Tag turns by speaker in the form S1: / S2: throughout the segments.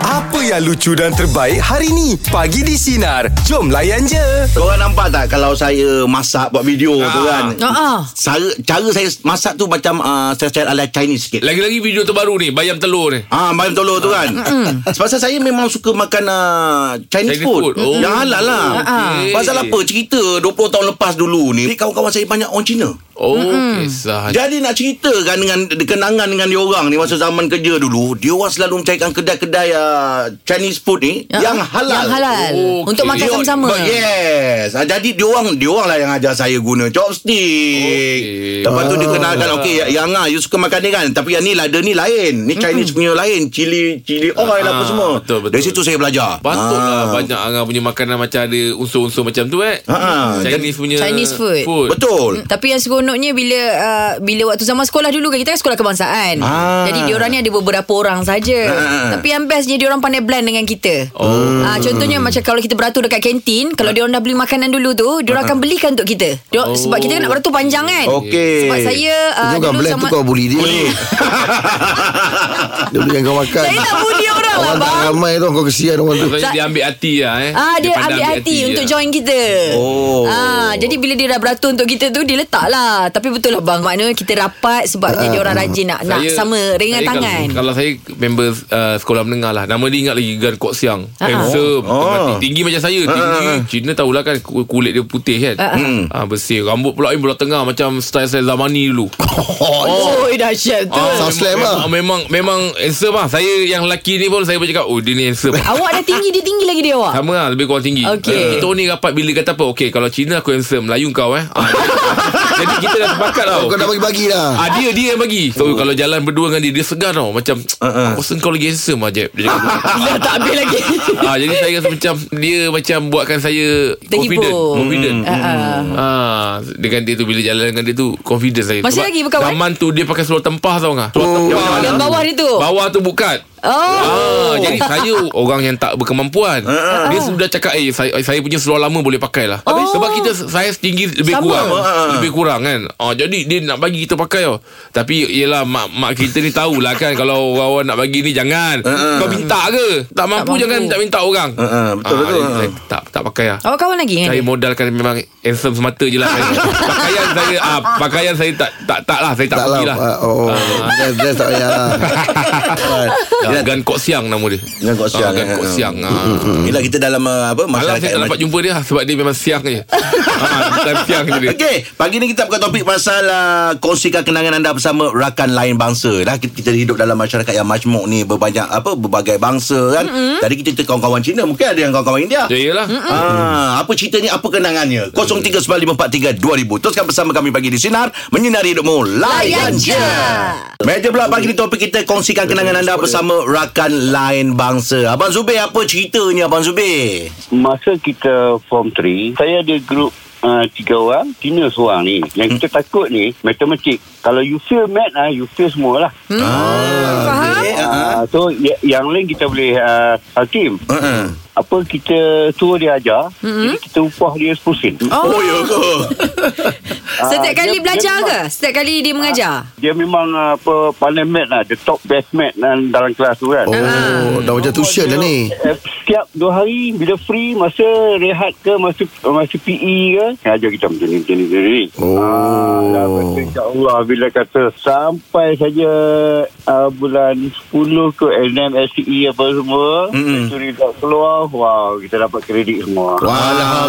S1: Apa yang lucu dan terbaik hari ni? Pagi di Sinar. Jom layan je.
S2: Korang nampak tak kalau saya masak buat video tu kan?
S3: Ah.
S2: Cara, cara saya masak tu macam uh, style ala Chinese sikit.
S4: Lagi-lagi video terbaru ni Bayam telur ni
S2: Ah, bayam telur tu kan. Sebab saya memang suka makan uh, Chinese,
S4: Chinese
S2: food.
S4: food. Oh.
S2: Yang halal lah.
S3: Ah,
S4: Okey.
S2: Pasal apa? Cerita 20 tahun lepas dulu ni, kawan-kawan saya banyak orang Cina.
S4: Oh kisah
S2: Jadi nak cerita kan dengan kenangan dengan diorang ni masa zaman kerja dulu, diorang selalu mencarikan kedai-kedai uh, Chinese food ni
S3: Ah,
S2: yang halal.
S3: Yang halal.
S4: Okey.
S3: Untuk makan
S4: Dia-
S3: sama-sama.
S2: But yes. Ah, Jadi diorang diorang lah yang ajar saya guna chopstick.
S4: Okey. Ah.
S2: Lepas tu dia kenalkan okey yang ah you suka makan ni kan tapi yang ni lada ni lain. Ni Chinese punya lain, cili cili oil
S4: Ah,
S2: apa semua.
S4: betul, betul.
S2: Dari situ saya belajar.
S4: Patutlah banyak Angah punya makanan Macam ada unsur-unsur macam tu eh
S2: Ah. Ha, ha.
S4: Chinese punya
S3: Chinese food.
S2: Ah, Betul.
S3: Tapi yang seronoknya bila uh, bila waktu zaman sekolah dulu kan kita kan sekolah kebangsaan.
S2: Ah.
S3: Jadi diorang ni ada beberapa orang saja.
S2: Ah.
S3: Tapi yang bestnya diorang pandai blend dengan kita.
S4: Oh.
S3: Ah contohnya macam kalau kita beratur dekat kantin, kalau diorang dah beli makanan dulu tu, diorang akan belikan untuk kita.
S4: Oh.
S3: Diorang, sebab kita kan nak beratur panjang kan.
S2: Okey.
S3: Sebab saya uh,
S5: Kau kan
S3: dulu
S5: blend
S3: sama
S5: tu kau bully dia Dia belikan kau makan
S3: Saya tak bully orang lah
S5: Orang tak
S3: bang.
S5: ramai tu Kau kesian orang tu
S4: Maksudnya dia ambil hati lah eh
S3: Ah dia,
S4: pandai
S3: ambil hati untuk
S4: lah.
S3: join kita.
S2: Oh.
S3: Ah jadi bila dia dah beratur untuk kita tu dia letak lah. Tapi betul lah bang maknanya kita rapat sebabnya dia orang rajin nak nak sama ringan
S4: saya
S3: tangan.
S4: Kalau, kalau saya member uh, sekolah menengah lah. Nama dia ingat lagi Gan Kok Siang.
S3: Ah.
S4: Handsome.
S2: Oh. Ah,
S4: Tinggi, tinggi macam saya. Tinggi. Cina tahulah kan ku- kulit dia putih kan.
S3: Ah, ah.
S2: Hmm.
S4: Ah, bersih. Rambut pula ni belah tengah macam style-style zamani dulu.
S3: Oh, dahsyat tu.
S4: Ah,
S5: Sound slam
S4: memang,
S5: lah.
S4: memang memang handsome lah. Saya yang lelaki ni pun saya bercakap, "Oh, dia ni handsome."
S3: Awak dah tinggi Dia tinggi lagi dia awak
S4: Sama lah Lebih kurang tinggi
S3: Ah. Okey.
S4: Kita orang ni rapat Bila kata apa Okay kalau Cina aku handsome Melayu kau eh Ah, Jadi kita dah sepakat tau
S5: Kau dah bagi-bagi dah
S4: Ah dia dia yang bagi. So
S3: Oh.
S4: kalau jalan berdua dengan dia dia segan tau macam
S2: Uh-uh.
S4: uh-uh. aku rasa kau lagi handsome ah Jeb. Dia cakap begitu.
S3: Dah Ah, tak habis lagi
S4: ah jadi saya rasa macam dia macam buatkan saya
S3: Terhibur.
S4: confident, confident.
S3: Hmm. Ah,
S4: Ah dengan dia tu bila jalan dengan dia tu confident saya.
S3: Masih lagi eh? berkawan?
S4: Zaman tu dia pakai seluar tempah tau ngah. Seluar tempah.
S3: Yang bawah dia tu
S4: Bawah tu bukat.
S3: Oh
S4: Ah, jadi saya orang yang tak berkemampuan. Dia sudah cakap eh saya, saya punya seluar lama boleh pakai lah.
S3: Habis?
S4: Sebab kita saya tinggi lebih
S3: Sama.
S4: kurang.
S2: Ah.
S4: Lebih kurang kan. Ah jadi dia nak bagi kita pakai tau. Tapi ialah mak mak kita ni tahulah kan kalau orang nak bagi ni jangan. Kau minta ke? Tak mampu,
S3: mampu.
S4: jangan minta-minta orang.
S2: ah, betul,
S4: Ah,
S2: betul.
S4: jadi saya tak tak pakai lah.
S3: Awak kawan lagi kan
S4: Saya modalkan memang handsome semata je lah saya. Pakaian saya ah, Pakaian saya tak tak, tak lah Saya tak,
S5: Tak lah
S4: pergi lah
S5: ah, Oh Dress dress tak payah lah Alright.
S4: Ah, Gan Kok Siang nama dia
S2: Gan Kok Siang,
S4: Ah, Gan
S2: eh,
S4: Kok
S2: eh.
S4: Siang ah.
S2: Bila kita dalam uh, apa
S4: Malam saya tak dapat jumpa dia lah, Sebab dia memang siang je ha, Time siang je dia
S2: Okey, pagi ni kita buka topik pasal uh, kongsikan kenangan anda bersama rakan lain bangsa. Dah kita, kita hidup dalam masyarakat yang majmuk ni berbanyak apa berbagai bangsa kan. Mm-hmm. Tadi kita cerita kawan-kawan Cina, mungkin ada yang kawan-kawan India.
S4: Ya iyalah
S3: Mm,
S2: Ah, apa cerita ni? Apa kenangannya? 0395432000. Teruskan bersama kami pagi di sinar menyinari hidupmu. Layan je. Meja pula pagi ni topik kita kongsikan kenangan anda bersama rakan lain bangsa. Abang Zubir apa ceritanya Abang Zubir?
S6: Masa kita form 3 Saya ada grup uh, Tiga orang Cina seorang ni Yang
S3: Hmm.
S6: kita takut ni Matematik Kalau you fail math uh, You fail semualah
S3: hmm, Uh-huh. Faham
S2: Eh, ah.
S6: uh, So y- yang lain kita boleh uh, Hakim
S2: Uh-uh.
S6: Apa kita Suruh dia ajar mm-hmm. Jadi kita upah dia 10 sen
S3: Hmm. Oh,
S2: Oh, ya ke?
S3: Setiap
S6: Ah, dia-
S3: kali
S6: dia
S3: belajar
S6: memang-
S3: ke Setiap kali dia mengajar
S6: Dia memang uh, apa Pandai math lah The top best math uh, Dalam kelas tu
S3: Ah,
S6: kan
S5: Oh Dah macam tuition dah ni
S6: Eh, Setiap dua hari Bila free Masa rehat ke Masa masa PE ke Ajar kita macam ni Macam ni Macam ni
S5: Oh.
S6: ah, InsyaAllah Bila kata Sampai saja uh, Bulan 10 ke NM SCE E apa semua
S2: Mm-mm.
S6: mm-hmm. Curi tak keluar Wow Kita dapat kredit semua
S3: Oh.
S6: wow.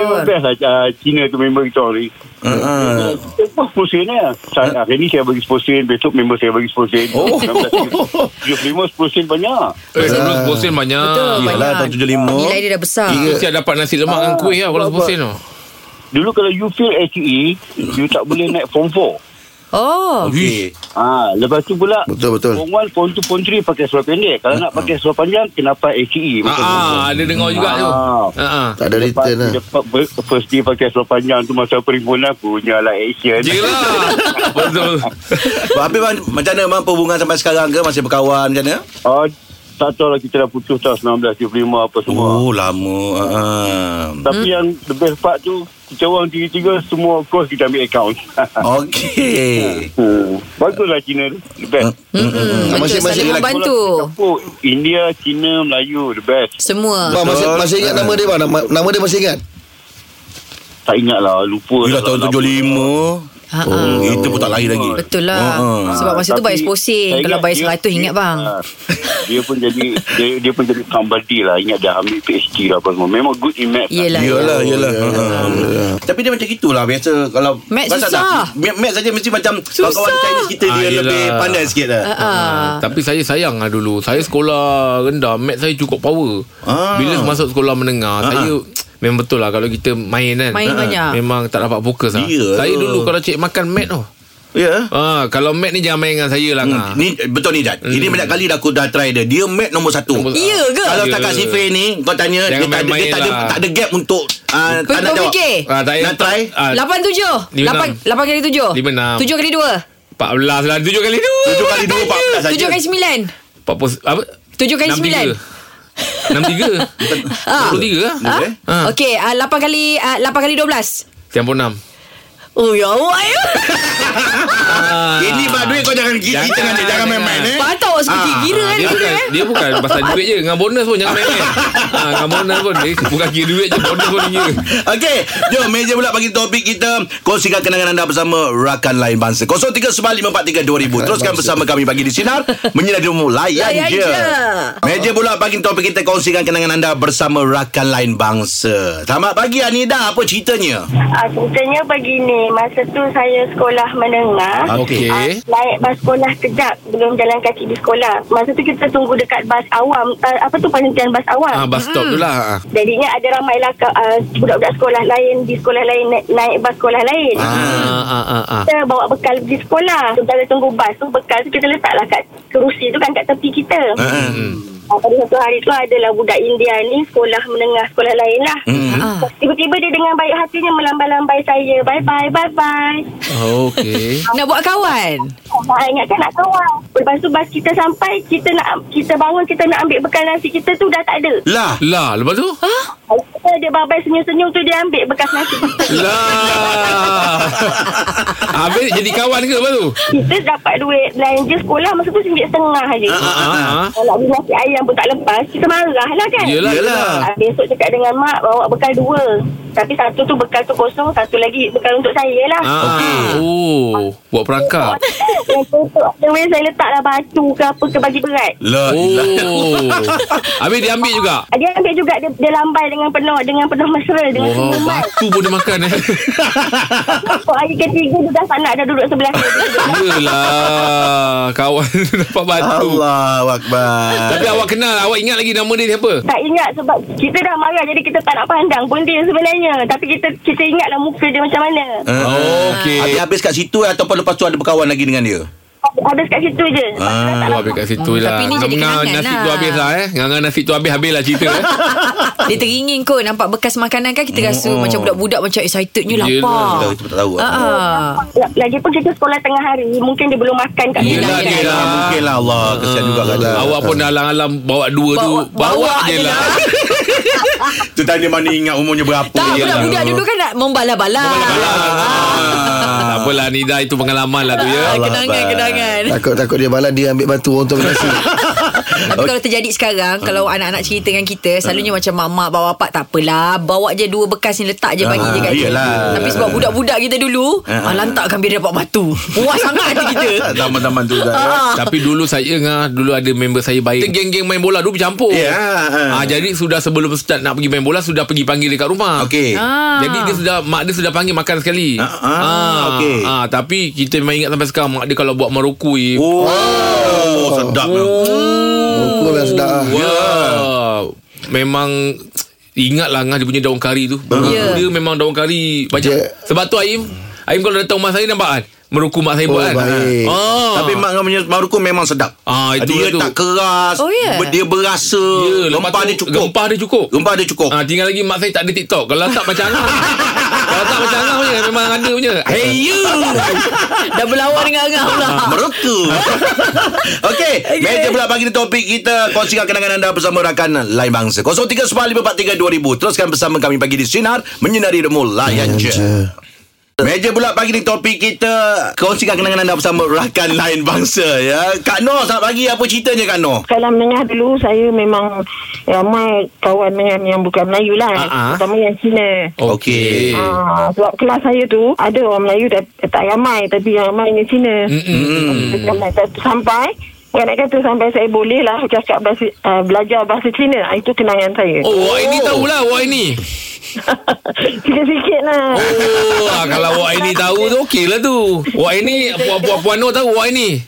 S6: Memang best lah uh, Cina tu member kita hari
S5: Ah.
S2: Uh-uh.
S6: Kita pun 10 sen lah Sa- Hari ni saya bagi 10 sen Besok member saya bagi 10 sen
S2: Oh.
S6: 75 10 sen banyak
S4: Eh dulu bosen banyak
S3: Betul, banyak.
S2: Yalah, tahun 75.
S3: Nilai dia dah besar
S4: Kita siap dapat nasi lemak dengan kuih lah Kalau
S6: Ah,
S4: bosen tu
S6: Dulu kalau you fail SCE You tak boleh naik form 4
S3: Oh
S4: Okey.
S6: Ah, lepas tu pula
S5: Betul, betul.
S6: Form 1, form 2, form 3 pakai seluar pendek. Kalau nak pakai seluar panjang kenapa
S4: Ah,
S6: ACE macam
S4: ah,
S6: tu.
S4: Ada dengar juga tu
S6: Ah.
S4: Ah, ah.
S5: Tak ada
S6: Lepas,
S5: return lah
S6: lepas ber- first day pakai seluar panjang tu masa perhimpunan punya lah action.
S4: Yelah Betul
S2: Habis bang, macam mana bang perhubungan sampai sekarang ke? Masih berkawan macam mana?
S6: Oh, tak tahu lah kita dah putus tahun 1975 apa semua.
S2: Oh lama uh,
S6: Tapi hmm. yang the best part tu Kita orang tiga-tiga Semua course kita ambil account
S2: ah. Okay
S6: hmm. Baguslah Cina tu The
S5: Ah.
S2: Hmm,
S6: best
S3: Mm-mm,
S5: Masih-
S3: betul
S5: masih
S3: saling
S5: lagi-
S3: membantu.
S6: oh, India, Cina, Melayu The best
S3: Semua.
S5: Bang masih, masih ingat nama dia bang Nama, nama dia masih ingat
S6: Tak ingat lah Lupa
S2: Yelah tahun 75
S5: Ah,
S3: Ha, ha.
S2: oh, Itu pun tak lahir lagi
S3: Betul lah.
S2: Oh, oh.
S3: Sebab masa tu
S6: Tapi
S3: bayar
S6: saya
S3: seposing. Kalau
S6: ingat
S3: bayar
S6: dia-
S3: seratus ingat bang.
S6: Ah, dia pun jadi dia, dia pun jadi somebody lah Ingat dia ambil PhD lah apa semua Memang good in math lah.
S3: Yelah.
S2: Yelah, yelah. Ha. Tapi dia macam gitulah biasa kalau
S3: Math
S2: Perasan tak?
S3: susah.
S2: Math, math saja mesti macam kawan-kawan Chinese kita
S4: Ah,
S2: dia
S4: yelah.
S2: lebih pandai sikit
S3: Ha,
S2: lah.
S4: Ah. Tapi saya sayang lah dulu Saya sekolah rendah Mat saya cukup power
S2: Ah.
S4: Bila masuk sekolah menengah Saya Memang betul lah Kalau kita main kan
S3: Main banyak.
S4: Memang tak dapat fokus lah
S2: Ya.
S4: Saya dulu kalau cik makan mat tu
S2: Ya.
S4: ah, Kalau mat ni jangan main dengan saya lah
S2: Hmm,
S5: Ah.
S4: ngah.
S2: Ni betul ni Jad. Ini banyak kali dah aku dah try dia. Dia math nombor satu.
S4: Nombor-
S3: Iya ke?
S2: Kalau
S4: Ya.
S2: takat Sifir ni kau tanya dia tak ada,
S4: Jangan
S2: dia
S4: main-main
S2: tak ada
S4: lah.
S2: tak ada gap untuk ah, tak nak jawab.
S3: Berfikir.
S4: ah, saya,
S2: Nak try?
S4: Ah,
S3: Lapan tujuh.
S4: Lima
S3: Lapan,
S4: enam.
S3: lapan kali tujuh.
S4: Lima enam.
S3: Tujuh kali dua.
S4: 14 lah 7 kali tu
S2: Tujuh kali dua empat belas saja.
S3: Tujuh kali sembilan.
S4: 14 apa?
S3: Tujuh kali sembilan.
S4: 63
S3: Ah.
S4: 63 lah
S3: Ha?
S2: Eh?
S4: Ah.
S3: Okey, ah, lapan kali ah, lapan kali dua belas.
S4: Tiang pun 6
S3: Oh ya awak ya.
S2: Ini bab duit kau jangan gigi
S4: Ah. Jangan,
S2: jangan jangan
S4: jangan.
S2: main-main eh.
S3: Patut awak seperti
S2: Ah,
S3: gira kan
S4: dia
S3: dulu
S4: bukan,
S3: eh.
S4: dia bukan pasal duit je Dengan bonus pun Jangan main-main ha, Dengan bonus pun dia Bukan kira duit je Bonus pun dia
S2: Okey, jom meja pula bagi topik kita kongsikan kenangan anda bersama rakan lain bangsa. 0395432000. Teruskan bersama kami bagi di sinar menyinari dirimu layan,
S3: Layan
S2: je.
S3: je.
S2: Meja pula bagi topik kita kongsikan kenangan anda bersama rakan lain bangsa. Selamat pagi Anida, apa ceritanya?
S7: Ah, ceritanya begini, masa tu saya sekolah menengah.
S4: Okey.
S7: Ah, naik bas sekolah kejap, belum jalan kaki di sekolah. Masa tu kita tunggu dekat bas awam, ah, apa tu penghentian bas awam.
S4: ha, Bus stop tu lah ha.
S7: Jadinya ada ramailah ka- ah, budak-budak sekolah lain di sekolah lain naik, naik bas sekolah lain.
S4: Ah, ah, ah, ah.
S7: Kita bawa bekal pergi sekolah. Sementara tunggu bas tu, bekal tu kita letaklah kat kerusi tu kan kat tepi kita.
S4: Eh.
S2: Hmm.
S7: Ah, pada satu hari tu adalah budak India ni sekolah menengah sekolah lain lah.
S4: Hmm.
S3: Ah.
S7: Tiba-tiba dia dengan baik hatinya melambai-lambai saya. Bye-bye, bye-bye.
S4: Okey
S3: Nak buat kawan.
S7: Oh, Mak ingatkan nak kawan. Lepas tu bas kita sampai, kita nak kita bawa kita nak ambil bekal nasi kita tu dah tak ada.
S2: Lah,
S4: Lah lepas tu
S7: Kita dia babai senyum-senyum tu dia ambil bekas nasi kita.
S4: Lah Habis jadi kawan ke lepas tu
S7: Kita dapat duit belanja sekolah masa tu RM1.50 je.
S4: ha, ha, ha.
S7: Kalau nak beli nasi ayam pun tak lepas, kita marah lah kan.
S4: Yelah, yelah.
S7: Ah, Besok cakap dengan mak bawa bekal dua. Tapi satu tu bekal tu kosong, satu lagi bekal untuk saya lah.
S4: ah, Oh Buat perangkap
S7: Yang tutup tu weh, saya letaklah batu ke apa ke bagi berat.
S2: lah.
S4: Oh Habis dia ambil juga
S7: Ah, Dia ambil juga dia, dia lambai dengan penuh dengan penuh mesra dengan
S4: Wow
S7: senyuman.
S4: Batu pun dia makan eh
S7: Pokok hari ketiga tu dah tak nak dah duduk sebelah saya. Dia duduk.
S4: Yelah Kawan dapat batu
S2: Allah Akbar.
S4: Ah, Tapi awak kenal Awak ingat lagi nama dia siapa
S7: tak ingat sebab kita dah marah jadi kita tak nak pandang pun dia sebenarnya. Tapi kita kita ingatlah muka dia macam mana.
S2: Ah,
S4: Okey
S2: Habis-habis kat situ eh, ataupun lepas tu ada berkawan lagi dengan dia?
S7: Habis kat situ je.
S4: Ah, Tu
S7: Lepas tu dah tak nak-
S4: habis kat situ
S3: Hmm,
S4: lah
S3: tapi ni jadi
S4: Ngam-ngam
S3: kenangan
S4: nasi
S3: lah.
S4: tu habis lah eh Ngangan nasi tu habis Habis lah cerita eh
S3: Dia teringin kot nampak bekas makanan kan kita rasa
S2: Oh.
S3: macam budak-budak macam excitednya
S4: Yelah,
S2: Kita
S3: lapar.
S2: kita tak tahu.
S3: Ha ah.
S7: Ya, Lagipun kita sekolah tengah hari Mungkin dia belum makan kat
S4: Yelah, yelah.
S7: rumah.
S2: Mungkin lah, mungkin lah Allah. Kesian juga kat dia.
S4: Awak pun dah alam-alam Bawa dua tu
S3: Bawa-
S4: Bawa
S3: bawa
S4: je
S3: je
S4: lah
S3: lah.
S2: Tu tanya mana ingat umurnya berapa. ah.
S3: Tak
S2: Yelah.
S3: budak-budak dulu kan nak membala-bala.
S4: Ah, Tak apalah Nida Itu pengalaman lah tu ya
S3: Ah,
S2: Allah
S3: Kenangan-kenangan.
S5: Takut-takut dia balas Dia ambil batu Orang tu ambil nasi
S3: Tapi kalau terjadi
S4: Ah.
S3: sekarang Kalau anak-anak cerita dengan kita Selalunya macam mak-mak bawa apa Tak apalah Bawa je dua bekas ni Letak je bagi
S4: Ah,
S3: je kat dia
S2: iyalah.
S3: Tapi sebab budak-budak kita dulu ah, Lantakkan biar dia dapat batu Puas sangat hati kita
S2: Taman-taman tu dah.
S3: Ah.
S4: Tapi dulu saya ngah Dulu ada member saya baik Kita geng-geng main bola Dulu bercampur
S2: Ya.
S4: Ah, jadi sudah sebelum start nak pergi main bola Sudah pergi panggil dekat rumah
S2: Okey.
S3: Ah.
S4: Jadi dia sudah Mak dia sudah panggil makan sekali
S2: Ah, ah, okey.
S4: ah, Tapi kita memang ingat sampai sekarang Mak dia kalau buat eh, merokui
S2: Oh,
S4: Oh.
S2: sedap lah.
S5: Buku memang sedap lah
S4: Ya. Memang ingatlah ngah dia punya daun kari tu.
S3: Ya.
S4: Dia memang daun kari banyak.
S5: Dia-
S4: Sebab tu Aim, Aim kalau datang rumah saya nampak kan meruku mak saya
S5: Oh,
S4: buat kan.
S5: baik.
S4: Ah.
S2: Tapi mak dengan punya maruku memang sedap.
S4: Ah, itu
S2: dia
S4: tu.
S2: tak keras.
S3: Oh, ya.
S2: ber- Dia berasa.
S4: Ya, lepas
S2: Gempar
S4: tu, Ah.
S2: dia cukup.
S4: Gempar dia cukup.
S2: Gempar dia cukup.
S4: Ah, tinggal lagi mak saya tak ada TikTok. Kalau tak macam mana? Kalau tak macam Angah punya Memang ada punya Hey you
S3: Dah berlawan dengan Angah pula
S4: Ah.
S2: Mereka Okey okay. Meja pula pagi ni topik kita Kongsikan kenangan anda bersama rakan lain bangsa 0395432000 Teruskan bersama kami pagi di Sinar Menyinari Demo Layan je Meja pula pagi ni topik kita Kongsikan kenangan anda bersama rakan lain bangsa ya. Kak Noh selamat pagi Apa ceritanya Kak Noh?
S8: Kalau menengah dulu saya memang ramai kawan dengan yang bukan Melayu lah.
S4: Ah, ah.
S8: Terutama yang Cina.
S4: Okey.
S8: Ah, sebab kelas saya tu ada orang Melayu tak, tak ramai tapi yang ramai ni Cina.
S2: Mm.
S4: Mm-mm.
S8: Ramai. Sampai orang nak kata sampai saya boleh lah cakap bahasa, uh, belajar bahasa Cina. Ah, Itu kenangan saya.
S4: Oh, Wak ini tahulah Wak ini
S8: Sikit-sikit lah.
S4: Oh, ah, kalau Wak ini tahu tu okey lah tu Wak ini Puan-puan Puan Noh tahu Wak ini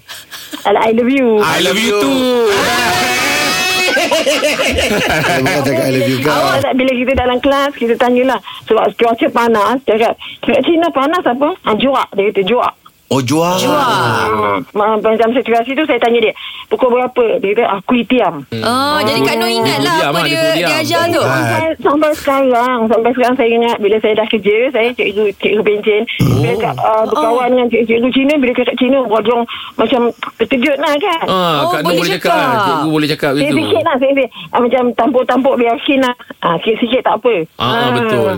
S8: Alah, I love you.
S4: I love you too
S3: Ah,
S5: Dia
S4: Ah,
S5: bukan cakap I love you
S8: Awak
S5: kau
S8: tak bila kita dalam kelas Kita tanyalah Sebab cuaca panas Cakap Cakap Cina panas apa ah, Juak Dia kata juak
S2: Oh jual
S8: Ah, ma- Macam situasi tu Saya tanya dia Pukul berapa Dia kata Aku tiam
S3: Oh, jadi Kak Noh ingat
S4: Dia
S3: lah
S4: diam
S3: apa
S4: lah, dia
S3: dia,
S4: diam.
S3: dia, ajar tu.
S8: Sampai, sampai sekarang Sampai sekarang saya ingat Bila saya dah kerja Saya cikgu Cikgu pencen
S4: Oh.
S8: Bila kat, uh, berkawan dengan cikgu-cikgu Cina Bila cakap Cina Bodong Macam terkejut lah kan
S4: Ah,
S3: Oh,
S4: Kak Noh
S3: boleh
S4: boleh cakap.
S3: cakap.
S4: Cikgu boleh cakap gitu.
S8: Sikit-sikit lah saya, ah, Macam tampuk-tampuk Biar yakin lah ah, Sikit-sikit tak apa
S4: Ah, ah, betul.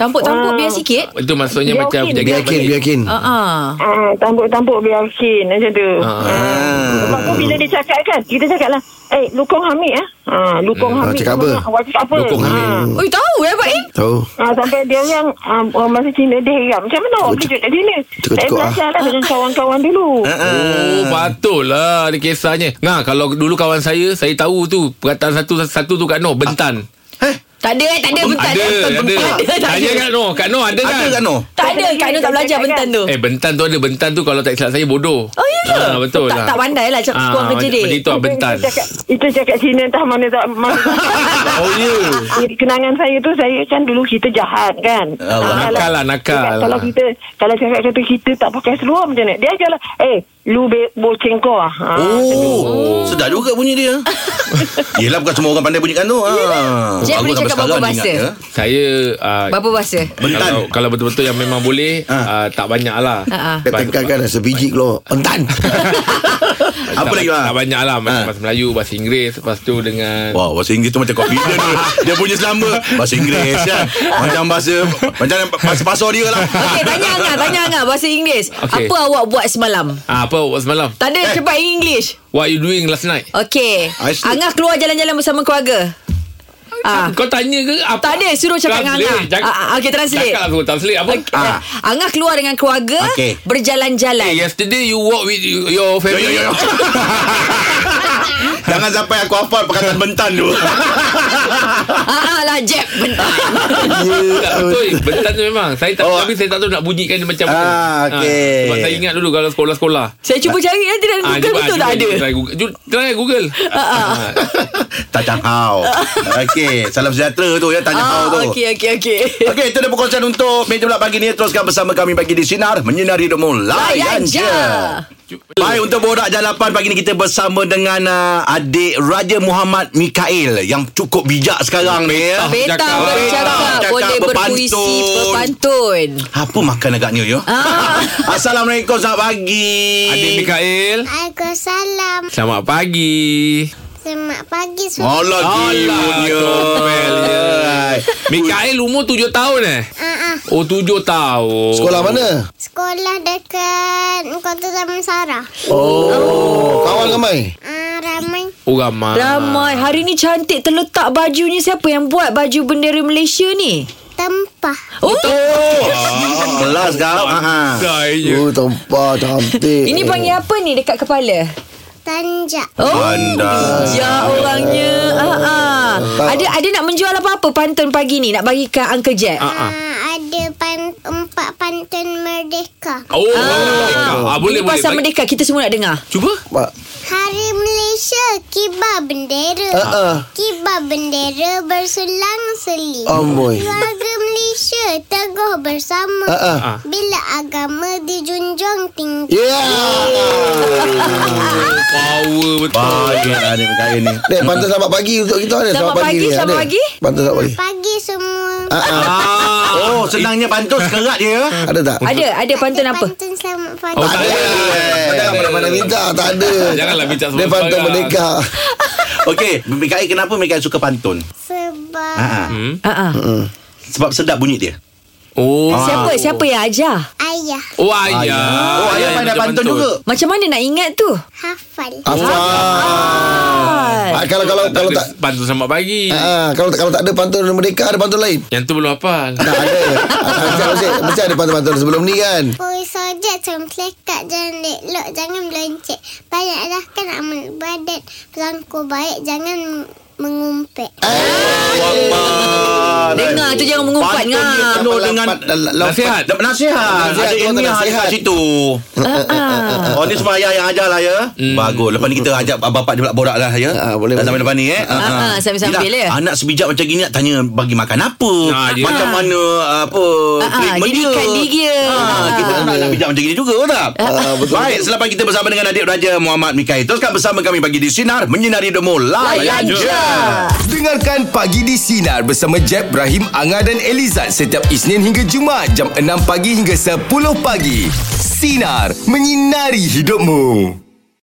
S3: Tampuk-tampuk
S8: Wow.
S3: biar sikit.
S4: Itu maksudnya
S8: Biar
S4: macam
S8: okey,
S4: jaga
S5: Biar yakin, biar yakin
S3: Ah, ah.
S8: Ah, tampuk-tampuk biar yakin macam tu. Ah. Sebab tu bila dia cakap kan, kita cakap lah, eh, Lukong Hamid ah. Ah, Lukong
S5: Ah,
S8: Hamid.
S5: cakap apa?
S8: Awak cakap apa?
S4: Hmm, Lukong Hamid.
S3: Oh, you tahu eh, Pak Im?
S5: Tahu
S8: Ah, sampai dia yang ah, orang masa Cina dia heram. Macam mana awak kejut kat sini?
S5: Cukup-cukup,
S8: Saya
S4: ah.
S8: belajar lah dengan kawan-kawan dulu.
S2: Ah.
S4: Oh, patutlah dia kisahnya. Nah, kalau dulu kawan saya, saya tahu tu perkataan satu satu tu Kak Noh, bentan.
S3: Tak ada eh, tak ada bentan.
S4: Ada,
S3: eh.
S4: ada.
S3: tak
S4: Ada
S3: ada.
S4: Kak Noh, Kak Noh ada kan?
S2: Ada Kak Noh?
S3: Tak ada, Kak Noh tak belajar bentan tu.
S4: Eh, bentan tu ada. Bentan tu kalau tak silap saya bodoh.
S3: Oh, ya ke?
S4: Ah, betul
S3: Tak-
S4: lah.
S3: tak pandai lah, cakap kurang kerja dia.
S4: Benda tu lah, bentan.
S8: Itu cakap, itu cakap Cina entah mana tak mana.
S4: Oh, ya.
S8: Kenangan saya tu saya kan dulu kita jahat kan.
S2: Allah.
S8: Ah,
S4: Nakal lah, nakal.
S8: Kalau, kalau kita kalau cakap kata kita tak pakai seluar macam mana? Dia ajarlah, eh lu be, boceng kau ah. Ah,
S2: Oh, Sedap juga bunyi dia Yelah bukan semua orang pandai bunyikan tu ha.
S3: Jeff
S2: Aku
S3: boleh
S2: sampai
S3: cakap berapa
S2: sekarang
S3: bahasa?
S2: ingat, ya.
S4: Saya ah,
S3: Berapa bahasa?
S2: Bentan.
S4: Kalau, kalau betul-betul yang memang boleh ah, Tak banyak lah
S3: Ah, ah.
S5: Dia tekan kan Rasa biji keluar Entan
S2: Apa
S4: tak,
S2: lagi lah
S4: Tak banyak lah Macam
S2: Ah.
S4: bahasa Melayu Bahasa Inggeris Lepas tu dengan
S2: Wah, bahasa Inggeris tu macam confident dia. Dia punya selama bahasa Inggeris kan. Macam bahasa macam bahasa pasar dia lah.
S3: Okey, tanya Angah, tanya Angah bahasa Inggeris.
S4: Okey.
S3: Apa awak buat semalam?
S4: Ah, apa awak semalam?
S3: Tak ada cepat in English.
S4: What you doing last night?
S3: Okey.
S5: I see.
S3: Angah keluar jalan-jalan bersama keluarga. Ah.
S4: Kau tanya ke apa?
S3: Tak ada suruh cakap dengan Angah.
S4: Translate, cakap-
S3: Ah, ah, okey, translate. Ah.
S4: Cakap aku translate apa? Ah.
S3: Okey. eh. Angah keluar dengan keluarga
S2: Okey.
S4: Hey,
S3: berjalan-jalan.
S4: yesterday you walk with you- your
S2: Yo, yo,
S4: family.
S2: yo, yo. Jangan sampai aku hafal perkataan bentan tu.
S3: Ah, ah lah Jeb bentar.
S4: Tak betul Bentan tu memang Saya tak
S2: Oh.
S4: Tapi saya tak tahu nak bunyikan dia macam
S5: Ah,
S4: mana.
S5: okey.
S4: Ah, Sebab saya ingat dulu Kalau sekolah-sekolah
S3: Saya cuba cari nanti dalam
S4: Ah,
S3: Google
S4: cuba-
S3: betul
S4: ah,
S3: tak ada.
S4: cuba Try Google, Ju- try Google. Ah.
S2: Tajang hau. Okey, salam sejahtera tu ya tajang hau
S3: Ah,
S2: tu.
S3: okey okey okey.
S2: Okey, itu dia perkongsian untuk meja bulat pagi ni. Teruskan bersama kami bagi di Sinar. Menyinari hidupmu. Layan
S3: Layan
S2: je.
S3: je.
S2: Baik, untuk Borak Jalapan pagi ni kita bersama dengan uh, adik Raja Muhammad Mikail yang cukup bijak sekarang ni ya.
S4: Ah,
S3: Beta
S4: Cakap.
S3: bercakap,
S2: Cakap,
S3: boleh berpuisi
S2: berpantun.
S3: berpantun.
S2: Apa makan agaknya ya?
S3: Ah.
S2: Assalamualaikum selamat pagi.
S4: Ah, Adik Mikael
S9: Waalaikumsalam.
S4: Selamat pagi
S9: Selamat pagi semua.
S2: Alah gilunya.
S4: Comelnya. Mikael umur 7 tahun eh
S9: Ah, ah.
S4: Oh 7 tahun
S5: Sekolah mana
S9: Sekolah dekat Kota Taman Sarah.
S5: Kawan ramai
S9: Ah, ramai.
S4: Oh ramai
S3: Ramai Hari ni cantik Terletak bajunya Siapa yang buat Baju bendera Malaysia ni
S9: Tempah.
S3: Oh,
S2: Kelas kau. Ha ha.
S4: Saya
S5: Oh tempat cantik
S3: Ini panggil apa ni Dekat kepala
S9: Tanjak.
S3: Oh
S2: Pandai.
S3: Ya orangnya ah, ah. Ada ada nak menjual apa-apa Pantun pagi ni Nak bagikan Uncle Jack
S9: Ah, ada pan, empat pantun merdeka.
S4: Oh ah. Ah, Boleh
S3: Ini pasal
S4: boleh
S3: merdeka Kita semua nak dengar
S4: Cuba
S5: Pak
S9: Hari Malaysia kibar bendera.
S5: Ah, ah.
S9: Kibar bendera bersulang seli.
S5: Amboi
S9: Keluarga Malaysia teguh bersama.
S5: Ah, ah.
S9: Bila agama dijunjung tinggi.
S5: Yeah
S4: Power betul
S2: Baik adik Mikail ni.
S5: Eh, Dek, pantas selamat pagi untuk kita ni.
S3: Selamat pagi,
S5: ni,
S3: selamat
S5: Dek.
S3: pagi.
S5: Pantas selamat pagi.
S9: Pagi semua.
S4: Ah.
S2: Oh, senangnya pantun sekerat dia.
S5: Ada tak?
S3: Ada Ada pantun apa
S9: Pantun selamat pagi.
S4: Oh, tak ada.
S5: Jangan mana-mana minta Tak ada
S4: Janganlah bincang
S5: Dia pantun
S4: sembarang.
S5: merdeka
S2: Okey, Mikai kenapa Mikai suka pantun?
S9: Sebab
S2: Ha.
S4: Hmm?
S3: Ah, ah.
S2: Sebab sedap bunyi dia.
S4: Oh.
S3: Siapa Siapa yang ajar
S9: ayah
S4: Oh, ayah.
S2: Oh, ayah pandai pantun juga.
S3: Macam mana nak ingat tu Ah.
S9: hafal.
S5: Afan Kalau kalau kalau tak
S4: Pantun sama pagi.
S5: Ah, kalau tak kalau tak ada pantun merdeka ada pantun lain.
S4: Yang tu belum hafal.
S5: Tak ada. Ah, Mesti mesti ada pantun-pantun sebelum ni kan.
S9: Oi sojak sem selekat jangan leklok jangan melencik. Banyaklah kan amal ibadat. Sangku baik jangan mengumpet.
S5: Ah,
S3: Dengar tu jangan mengumpat
S2: Pantun dia
S3: ngah.
S2: penuh
S5: Dapat-
S2: dengan
S5: dapat- dapat-
S4: Nasihat.
S2: Dapat nasihat.
S5: Nasihat,
S2: Ada
S5: kau tak
S2: ilmiah
S5: nasihat.
S2: dekat situ.
S3: Ah.
S2: Oh, ni semua ayah yang ajar lah ya. Bagus. Lepas ni kita ajak bapak dia pula borak lah ya.
S5: Hmm. Ah, boleh,
S2: Tak
S5: boleh.
S2: sampai-sampai ni eh. Ah,
S3: ah,
S2: ah.
S3: sambil-sambil,
S2: Yelah,
S3: ya.
S2: Anak sebijak macam gini nak tanya bagi makan apa.
S4: Ah, ya.
S2: Macam
S4: Ah.
S2: mana apa
S3: Ah, ah,
S2: treatment dia.
S3: didikan diri dia.
S2: Ah, Kita
S3: Ah.
S2: nak anak bijak macam gini juga tak? Baik, selepas kita bersama dengan adik Raja Muhammad Mikai. Teruskan bersama kami bagi di Sinar Menyinari Demo. Layan
S3: Layan
S2: je.
S3: je.
S1: Dengarkan Pagi di Sinar bersama Jeb, Ibrahim, Anga dan Elizad setiap Isnin hingga Jumaat jam 6 pagi hingga 10 pagi. Sinar. Menyinari hidupmu.